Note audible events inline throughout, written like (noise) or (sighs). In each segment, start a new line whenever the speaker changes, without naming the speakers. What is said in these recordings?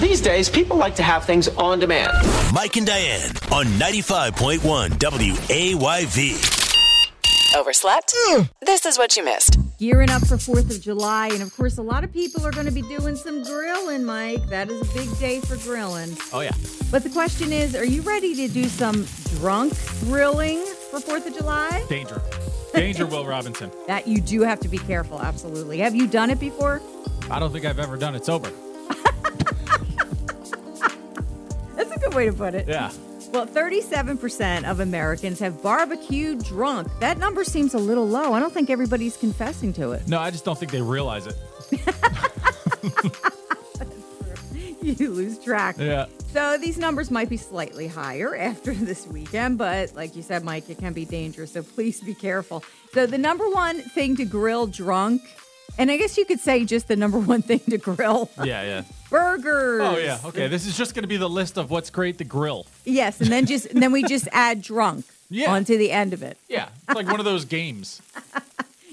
these days, people like to have things on demand.
Mike and Diane on 95.1 WAYV.
Overslept? Hmm. This is what you missed.
gearing up for 4th of July. And of course, a lot of people are going to be doing some grilling, Mike. That is a big day for grilling.
Oh, yeah.
But the question is are you ready to do some drunk grilling for 4th of July?
Danger. Danger, Will Robinson.
That you do have to be careful, absolutely. Have you done it before?
I don't think I've ever done it sober.
That's a good way to put it.
Yeah.
Well, 37% of Americans have barbecued drunk. That number seems a little low. I don't think everybody's confessing to it. (laughs)
No, I just don't think they realize it.
You lose track.
Yeah.
So these numbers might be slightly higher (laughs) after this weekend, but like you said, Mike, it can be dangerous. So please be careful. So the number one thing to grill drunk, and I guess you could say just the number one thing to
(laughs)
grill
Yeah, yeah.
burgers.
Oh, yeah. Okay. This is just going to be the list of what's great to grill.
Yes, and then just and then we just add drunk
(laughs) Yeah.
onto the end of it.
Yeah. It's like one of those games.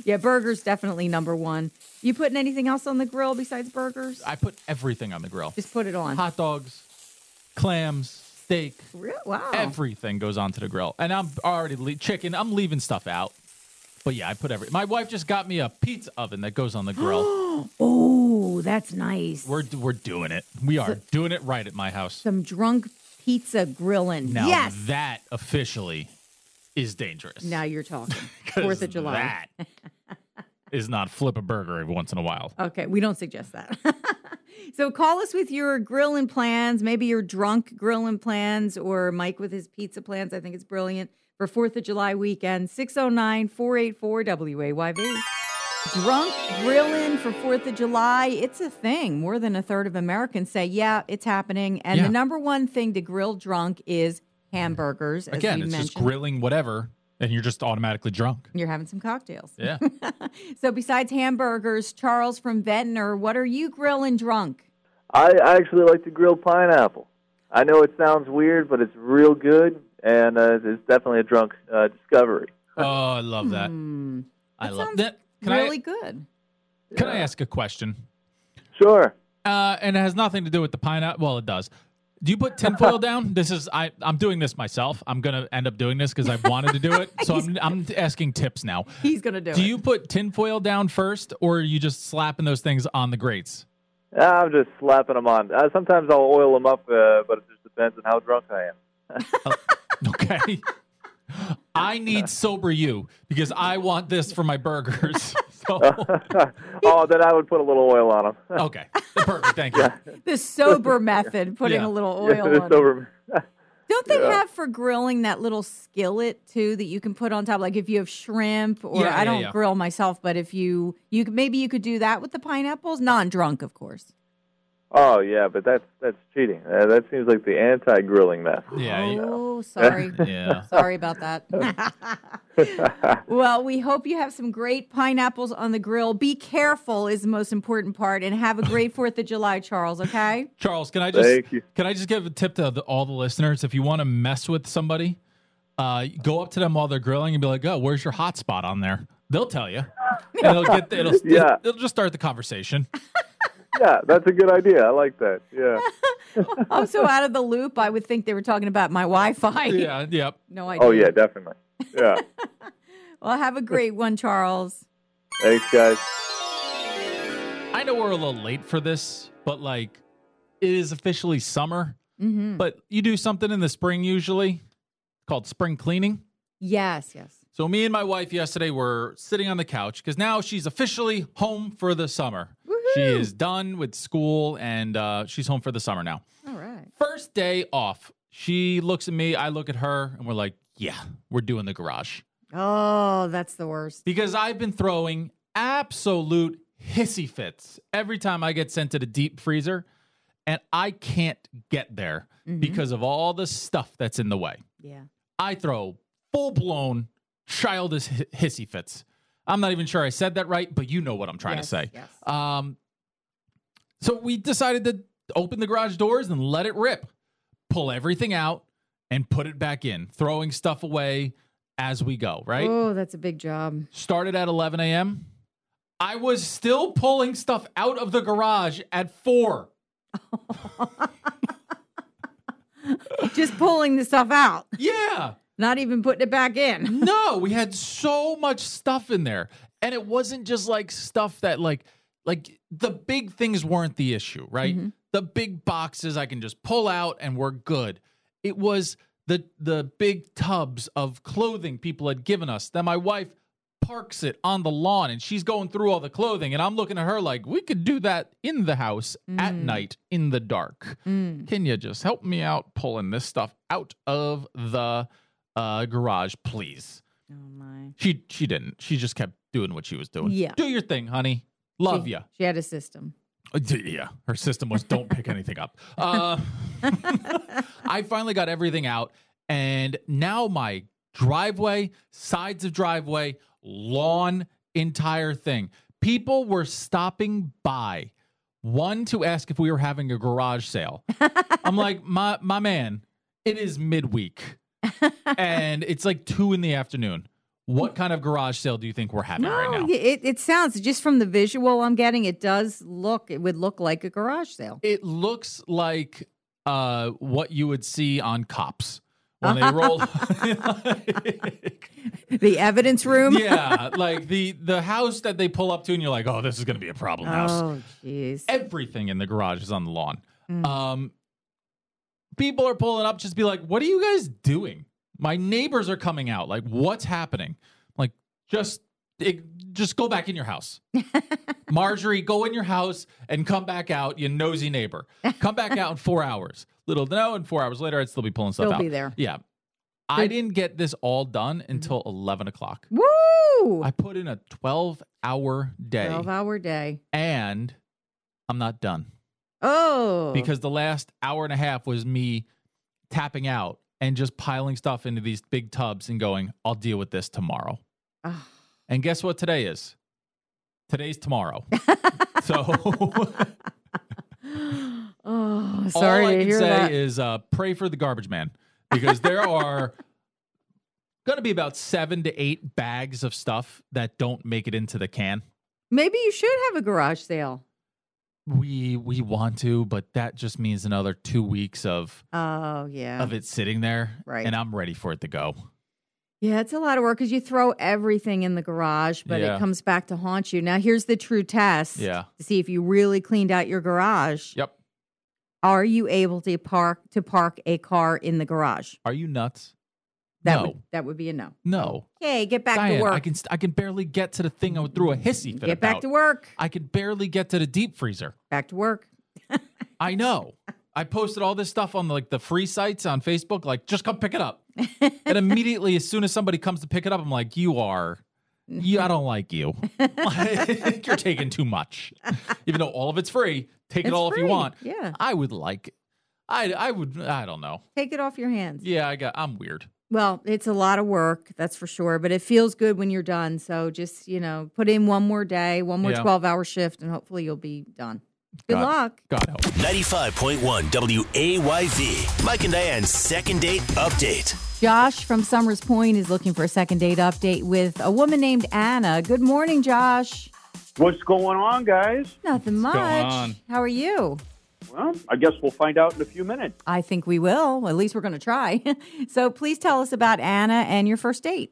Yeah, burgers definitely number one. You putting anything else on the grill besides burgers?
I put everything on the grill
just put it on.
hot dogs, clams, steak.
Re- Wow.
Everything goes onto the grill. And I'm already le- chicken. I'm leaving stuff out. But yeah, I put every. My wife just got me a pizza oven that goes on the grill.
oh, that's nice.
we're we're doing it. We are doing it right at my house.
Some drunk pizza grilling.
Now
yes.
that officially is dangerous.
Now you're talking.
(laughs) 'Cause
Fourth of July. (laughs)
That is not flip a burger every once in a while.
Okay, we don't suggest that. (laughs) so call us with your grilling plans, maybe your drunk grilling plans, or Mike with his pizza plans. I think it's brilliant for 4th of July weekend. 609 484 WAYV. Drunk grilling for 4th of July. It's a thing. More than a third of Americans say, yeah, it's happening. And
Yeah.
the number one thing to grill drunk is hamburgers. As
Again,
we
it's
mentioned.
just grilling whatever, and you're just automatically drunk.
You're having some cocktails. (laughs)
Yeah.
So besides hamburgers, Charles from Ventnor, what are you grilling drunk?
I actually like to grill pineapple. I know it sounds weird, but it's real good, and uh, it's definitely a drunk uh, discovery.
oh, I love that. I
Hmm. That
love
sounds
that. Can
really
I
good.
can I ask a question?
Sure.
Uh, and it has nothing to do with the pineapple. Well, it does. Do you
(laughs)
put tinfoil down? This is I. I'm doing this myself. I'm gonna end up doing this because I wanted to do
(laughs)
it. So I'm I'm asking tips now.
He's gonna do,
Do
it.
you put tinfoil down first, or are you just slapping those things on the grates? (laughs)
I'm just slapping them on. Uh, sometimes I'll oil them up, uh, but it just depends on how drunk
(laughs)
I am.
Okay. I need sober you because I want this for my burgers. (laughs) So,
oh, then I would put a little oil on them.
okay. Perfect. Thank you.
the
(laughs)
sober method, putting
Yeah.
a little
(laughs)
oil on it. Don't they have for grilling that little skillet too that you can put on top? Like if you have shrimp, or
Yeah,
I
yeah,
don't
yeah.
grill myself, but if you you could- maybe you could do that with the pineapples, non-drunk, of course.
oh yeah, but that's that's cheating. Uh, that seems like the anti-grilling method.
(laughs)
Yeah. you-
Oh, sorry.
(laughs) Yeah.
Sorry about
(laughs)
that. well, we hope you have some great pineapples on the grill. Be careful is the most important part, and have a great Fourth of July, Charles. Okay.
Charles, can I just
Thank you.
can I just give a tip to the, all the listeners? If you want to mess with somebody, uh, go up to them while they're grilling and be like, "Oh, where's your hotspot on there?" They'll tell you. And it'll get it'll,
(laughs) Yeah.
it'll just start the conversation.
Yeah, that's a good idea. I like that. Yeah.
I'm so out of the loop. I would think they were talking about my Wi-Fi.
Yeah. Yep.
(laughs) No idea.
Oh yeah, definitely. Yeah.
Well, have a great one, Charles.
Thanks, guys.
I know we're a little late for this, but like it is officially summer. But you do something in the spring usually called spring cleaning.
Yes, yes.
So me and my wife yesterday were sitting on the couch because now she's officially home for the summer. She is done with school and uh, she's home for the summer now.
All right.
First day off, she looks at me, I look at her, and we're like, yeah, we're doing the garage
Oh, that's the worst.
because I've been throwing absolute hissy fits every time I get sent to the deep freezer and I can't get there
Mm-hmm.
because of all the stuff that's in the way.
Yeah.
I throw full blown childish hi- hissy fits. I'm not even sure I said that right, but you know what I'm trying
Yes,
to say.
yes.
Um, so we decided to open the garage doors and let it rip, pull everything out, and put it back in, throwing stuff away as we go, right?
Oh, that's a big job.
started at 11 a.m. I was still pulling stuff out of the garage at 4.
just pulling the stuff out,
yeah.
not even putting it back in.
(laughs) No, we had so much stuff in there. And it wasn't just like stuff that like like the big things weren't the issue, right? The big boxes I can just pull out and we're good. It was the the big tubs of clothing people had given us that my wife parks it on the lawn and she's going through all the clothing and I'm looking at her like we could do that in the house at night in the dark. Can you just help me out pulling this stuff out of the uh, garage, please?
Oh my.
She she didn't. She just kept doing what she was doing.
Yeah.
do your thing, honey. Love
She-
ya.
She had a system.
Uh, d- Yeah, her system was don't pick anything up. Uh, (laughs) I finally got everything out, and now my driveway, sides of driveway, lawn, entire thing. People were stopping by. One to ask if we were having a garage sale. I'm like, my my man, it is midweek, and it's like two in the afternoon. What kind of garage sale do you think we're having right now?
Oh, yeah, it, it sounds just from the visual I'm getting, it does look, it would look like a garage sale.
It looks like uh, what you would see on cops when they roll. (laughs)
The
(laughs)
evidence room.
yeah, like the the house that they pull up to, and you're like, oh, this is gonna be a problem house.
Oh, jeez.
Everything in the garage is on the lawn.
Mm.
Um, people are pulling up, just be like, what are you guys doing? My neighbors are coming out. Like, what's happening? Like, just it, just go back in
(laughs)
your house. Marjorie, go in your house and come back out, you nosy neighbor. Come back out
(laughs)
in four hours. Little to know, and four hours later, I'd still be pulling stuff
Still
out.
be there. Mm.
Yeah. I didn't get this all done until 11 o'clock.
Woo!
I put in a 12 hour day
12 hour day.
and I'm not done
Oh.
because the last hour and a half was me tapping out and just piling stuff into these big tubs and going, I'll deal with this tomorrow.
Ah.
And guess what today is? Today's
(laughs)
tomorrow. so (laughs)
oh, sorry
all I
to
can
hear that.
say is uh, pray for the garbage man because there are (laughs) going to be about seven to eight bags of stuff that don't make it into the can.
Maybe you should have a garage sale.
We we want to, but that just means another two weeks of
Oh, yeah.
of it sitting there,
Right.
And I'm ready for it to go.
Yeah, it's a lot of work because you throw everything in the garage, but
Yeah.
it comes back to haunt you. Now, here's the true test
Yeah.
to see if you really cleaned out your garage.
Yep.
Are you able to park to park a car in the garage?
Are you nuts?
That
No.
would that would be a no.
No,
Okay, get back
Diane,
to work.
I can st- I can barely get to the thing I threw a hissy fit
get back
about.
to work.
I can barely get to the deep freezer.
Back to work. (laughs)
I know. I posted all this stuff on like the free sites on Facebook, like just come pick it
(laughs)
up. and immediately, as soon as somebody comes to pick it up, I'm like, you are, you, I don't
(laughs)
like you. (laughs) You're taking too much. Even though all of it's free, take it
It's
all if you
free,
want.
yeah.
I would like. I I would. I don't know.
Take it off your hands.
Yeah, I got. I'm weird.
Well, it's a lot of work, that's for sure, but it feels good when you're done. So just, you know, put in one more day, one more
Yeah.
12 hour shift, and hopefully you'll be done. Good
God-
luck.
God help.
95.1 WAYV. Mike and Diane's second date update.
Josh from Summers Point is looking for a second date update with a woman named Anna. Good morning, Josh.
What's going on, guys?
Nothing much.
going on?
How are you?
Well, I guess we'll find out in a few minutes.
I think we will. At least we're going to try. (laughs) so please tell us about Anna and your first date.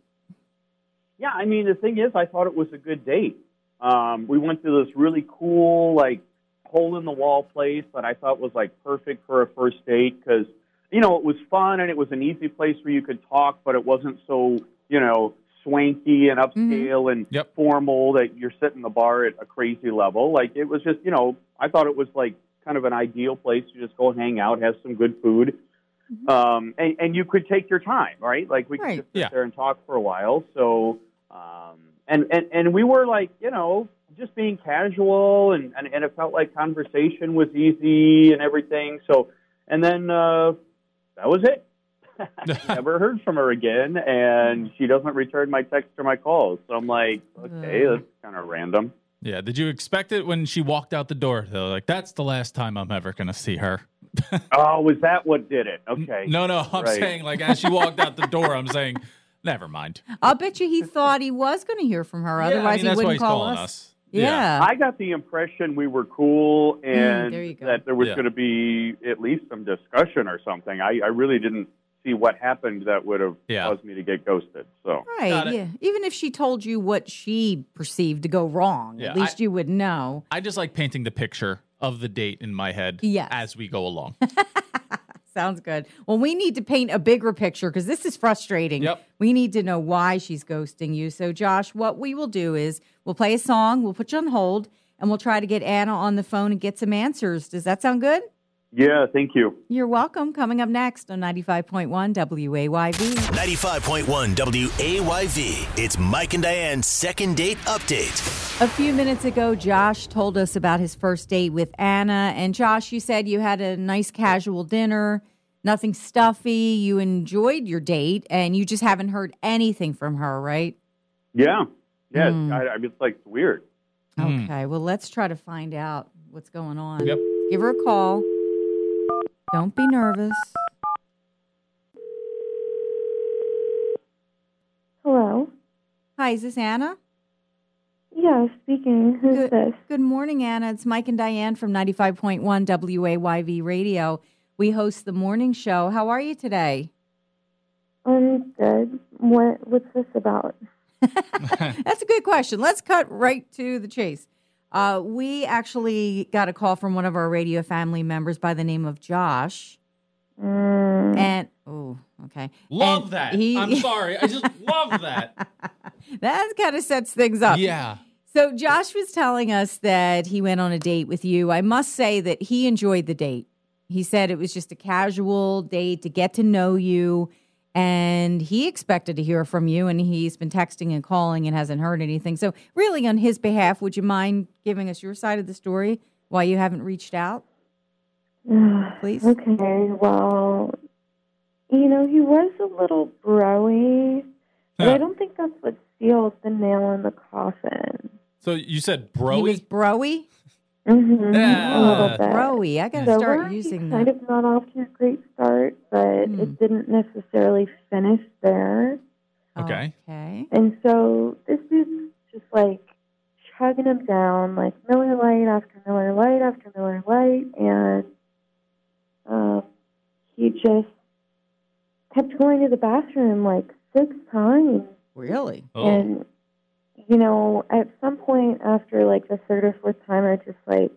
Yeah, I mean, the thing is, I thought it was a good date. Um, we went to this really cool, like, hole in the wall place that I thought was, like, perfect for a first date because, you know, it was fun and it was an easy place where you could talk, but it wasn't so, you know, swanky and upscale and
Yep.
formal that you're sitting the bar at a crazy level. Like, it was just, you know, I thought it was, like, kind of an ideal place to just go hang out, have some good food. um, and, and you could take your time, right? Like we could
Right.
just sit
Yeah.
there and talk for a while. So, um, and, and and we were like, you know, just being casual, and, and and it felt like conversation was easy and everything. So, and then uh, that was it. (laughs) Never heard from her again, and she doesn't return my text or my calls. So I'm like, okay,
Mm.
that's kind of random.
Yeah. Did you expect it when she walked out the door? Though, like that's the last time I'm ever gonna see her.
Oh, was that what did it? Okay.
No, no. I'm
Right.
saying like as she walked out the door, I'm saying, never mind.
I'll bet you he thought he was going to hear from her.
Yeah, I
(laughs)
mean,
Otherwise,
that's
he
why
wouldn't
he's
call
calling
us. Yeah.
I got the impression we were cool and
Mm, there you go.
that there was
Yeah.
going to be at least some discussion or something. I, I really didn't see what happened that would have
Yeah.
caused me to get ghosted. So
Got
Right.
it.
Yeah. Even if she told you what she perceived to go wrong, at
Yeah, I-
least you would know.
I just like painting the picture of the date in my head
Yes.
as we go
(laughs)
along.
Sounds good. Well, we need to paint a bigger picture because this is frustrating.
Yep.
We need to know why she's ghosting you. So, Josh, what we will do is we'll play a song, we'll put you on hold, and we'll try to get Anna on the phone and get some answers. Does that sound good?
yeah, thank you.
You're welcome. Coming up next on 95.1 WAYV.
95.1 WAYV. It's Mike and Diane's second date update.
A few minutes ago, Josh told us about his first date with Anna. And Josh, you said you had a nice casual dinner, nothing stuffy. You enjoyed your date and you just haven't heard anything from her, right?
Yeah, yeah. I, I, it's like it's weird.
Okay, well, let's try to find out what's going on.
Yep.
Give her a call. Don't be nervous.
Hello.
Hi, is this Anna?
Yeah, speaking. Who's
Good,
this?
good morning, Anna. It's Mike and Diane from 95.1 WAYV Radio. We host the morning show. How are you today?
I'm good. What What's this about?
That's a good question. Let's cut right to the chase. Uh, we actually got a call from one of our radio family members by the name of Josh. And, oh, okay.
Love
And
that.
he- (laughs)
I'm sorry. I just love that.
that kind of sets things up.
Yeah.
So Josh was telling us that he went on a date with you. I must say that he enjoyed the date. He said it was just a casual date to get to know you. And he expected to hear from you, and he's been texting and calling and hasn't heard anything. So, really, on his behalf, would you mind giving us your side of the story why you haven't reached out? (sighs) Please.
Okay, well, you know, he was a little broy, but I don't think that's what sealed the nail in the coffin.
So you said
He
broy?
was broy.
Mm-hmm. A
Yeah.
little bit.
Ah, Broy. I got to
So we're
start
already
using
kind
that.
of not off to a great start, but
Hmm.
it didn't necessarily finish there.
Okay.
Okay.
And so this dude's just like chugging him down, like Miller Lite after Miller Lite after Miller Lite, and um, he just kept going to the bathroom like six times.
Really?
Oh.
And you know, at some point after like the third or fourth time, I just like,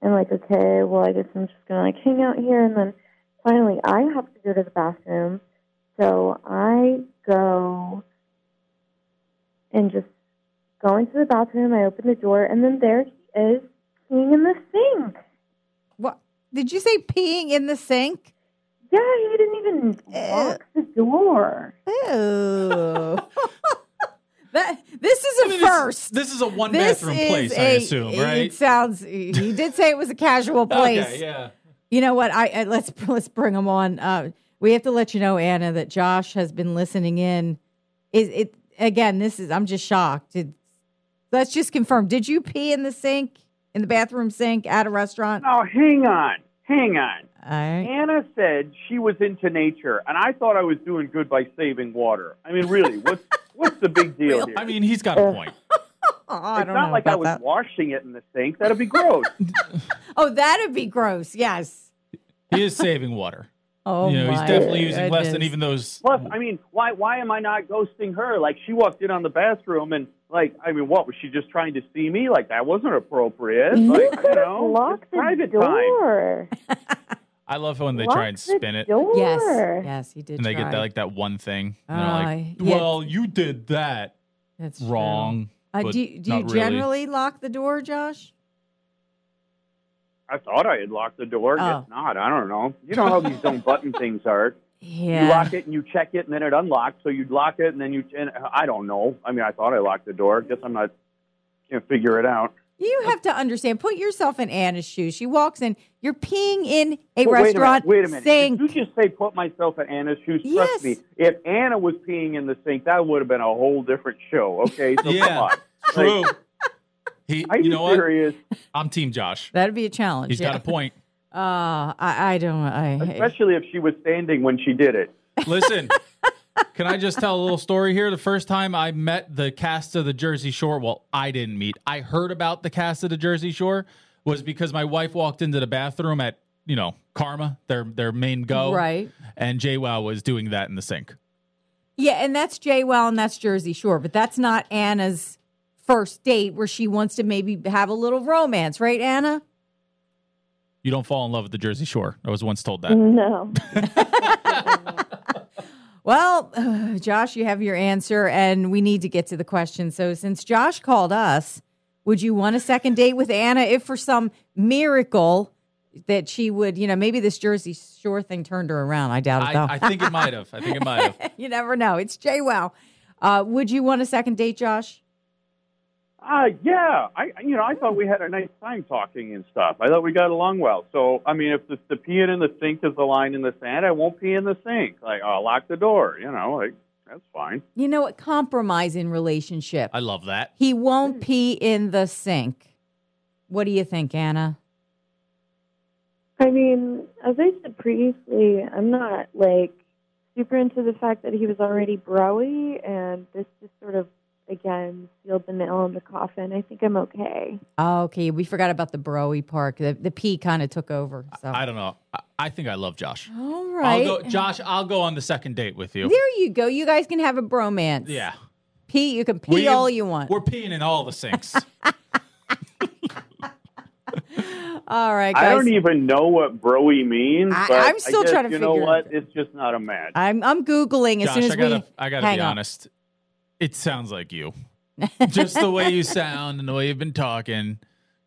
I'm like, okay, well, I guess I'm just gonna like hang out here, and then finally I have to go to the bathroom, so I go and just go into the bathroom. I open the door, and then there he is peeing in the sink.
What? Did you say peeing in the sink?
Yeah, he didn't even
Eh.
lock the door.
(laughs)
Ew. that this is a
I mean, this-
first.
This, is a one
This
bathroom
is
place, I
a-
assume, right?
It sounds. He did say it was a casual place.
(laughs) Okay, yeah.
You know what? I, I let's let's bring him on. Uh, we have to let you know, Anna, that Josh has been listening in. Is it again? This is. I'm just shocked. It, let's just confirm. Did you pee in the sink in the bathroom sink at a restaurant?
Now, Oh, hang on, hang on.
All right.
Anna said she was into nature, and I thought I was doing good by saving water. I mean, really, what's what's
(laughs)
the big deal here?
I mean, he's got a point.
Oh, I
it's
don't
not
know
like I
about
was
that.
washing it in the sink. That'd be gross.
Oh, that'd be gross. Yes.
He is saving water.
Oh
you know, he's
my
definitely using less than
goodness.
even those.
Plus, I mean, why why am I not ghosting her? Like she walked in on the bathroom and like I mean, what was she just trying to see me? Like that wasn't appropriate.
You
Like,
could have
know,
locked
it's
the
private time.
door.
I love when they
Lock
try and spin
the
it.
Door.
Yes, yes, he did.
And they get
try.
that like that one thing. And
Ah,
they're like,
yeah.
well, you did that
That's true.
wrong.
Uh,
but
do you- do you
not really.
generally lock the door, Josh?
I thought I had locked the door.
Oh.
Guess not. I don't know. You know how these don't button things are.
Yeah.
You lock it and you check it, and then it unlocks. So you lock it and then you. And I don't know. I mean, I thought I locked the door. Guess I'm not. Can't figure it out.
You have to understand. Put yourself in Anna's shoes. She walks in. You're peeing in a
Well,
restaurant
Wait a minute. Wait a minute.
sink.
Did you just say put myself in Anna's shoes?
Yes.
Trust me, if Anna was peeing in the sink, that would have been a whole different show. Okay, so come
Yeah,
on.
true. He,
Are you,
you know what?
serious?
I'm Team Josh.
That'd be a challenge.
He's
yeah.
got a point.
Uh, I, I don't. I.
Especially if she was standing when she did it.
Listen, Can I just tell a little story here? The first time I met the cast of the Jersey Shore, well, I didn't meet. I heard about the cast of the Jersey Shore was because my wife walked into the bathroom at, you know, Karma, their their main go.
Right.
And JWoww was doing that in the sink.
Yeah, and that's Jay Well and that's Jersey Shore, but that's not Anna's first date where she wants to maybe have a little romance, right, Anna?
You don't fall in love with the Jersey Shore. I was once told
Mm-hmm.
that.
No.
Well, (sighs) Josh, you have your answer, and we need to get to the question. So, since Josh called us, would you want a second date with Anna if for some miracle that she would, you know, maybe this Jersey Shore thing turned her around? I doubt it, though.
I, I think it might have. I think it might have.
you never know. It's Jay Wow. Uh, would you want a second date, Josh?
Uh, yeah, I you know I thought we had a nice time talking and stuff. I thought we got along well. So I mean, if the, the peeing in the sink is the line in the sand, I won't pee in the sink. Like I'll lock the door. You know, like that's fine.
You know what? Compromise in relationship.
I love that.
He won't pee in the sink. What do you think, Anna?
I mean, as I said previously, I'm not like super into the fact that he was already browy, and this just sort of again sealed the nail in the coffin. I think I'm okay.
Oh, okay, we forgot about the broy part. The, the pee kind of took over. So.
I don't know. I, I think I love Josh.
All right.
I'll go, Josh, I'll go on the second date with you.
There you go. You guys can have a bromance.
Yeah.
Pee, you can pee
We-
all you want.
We're peeing in all the sinks.
All right, guys.
I don't e- even know what broy means.
I-
but
I'm still
guess,
trying to
You know
figure it
what?
out.
It's just not a match.
I'm I'm googling as
Josh,
soon as
I gotta,
we
I gotta
hang
be
up.
honest. It sounds like you.
(laughs)
Just the way you sound and the way you've been talking,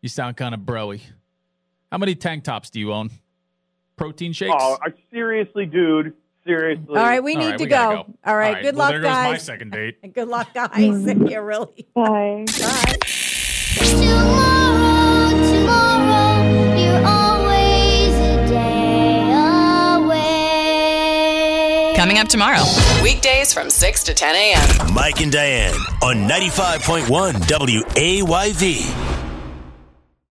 you sound kind of broy. How many tank tops do you own? Protein shakes?
Oh, I, seriously, dude. Seriously.
All right, we
All
need
right,
to
we
go.
gotta
All right, good
well,
luck,
there goes
guys.
my second date.
Good luck,
Oh,
(laughs) guys. yeah, really.
Bye.
Tomorrow, tomorrow, you're always a day away.
Coming up tomorrow, weekdays from 6 to 10 a.m.
Mike and Diane on 95.1 WAYV.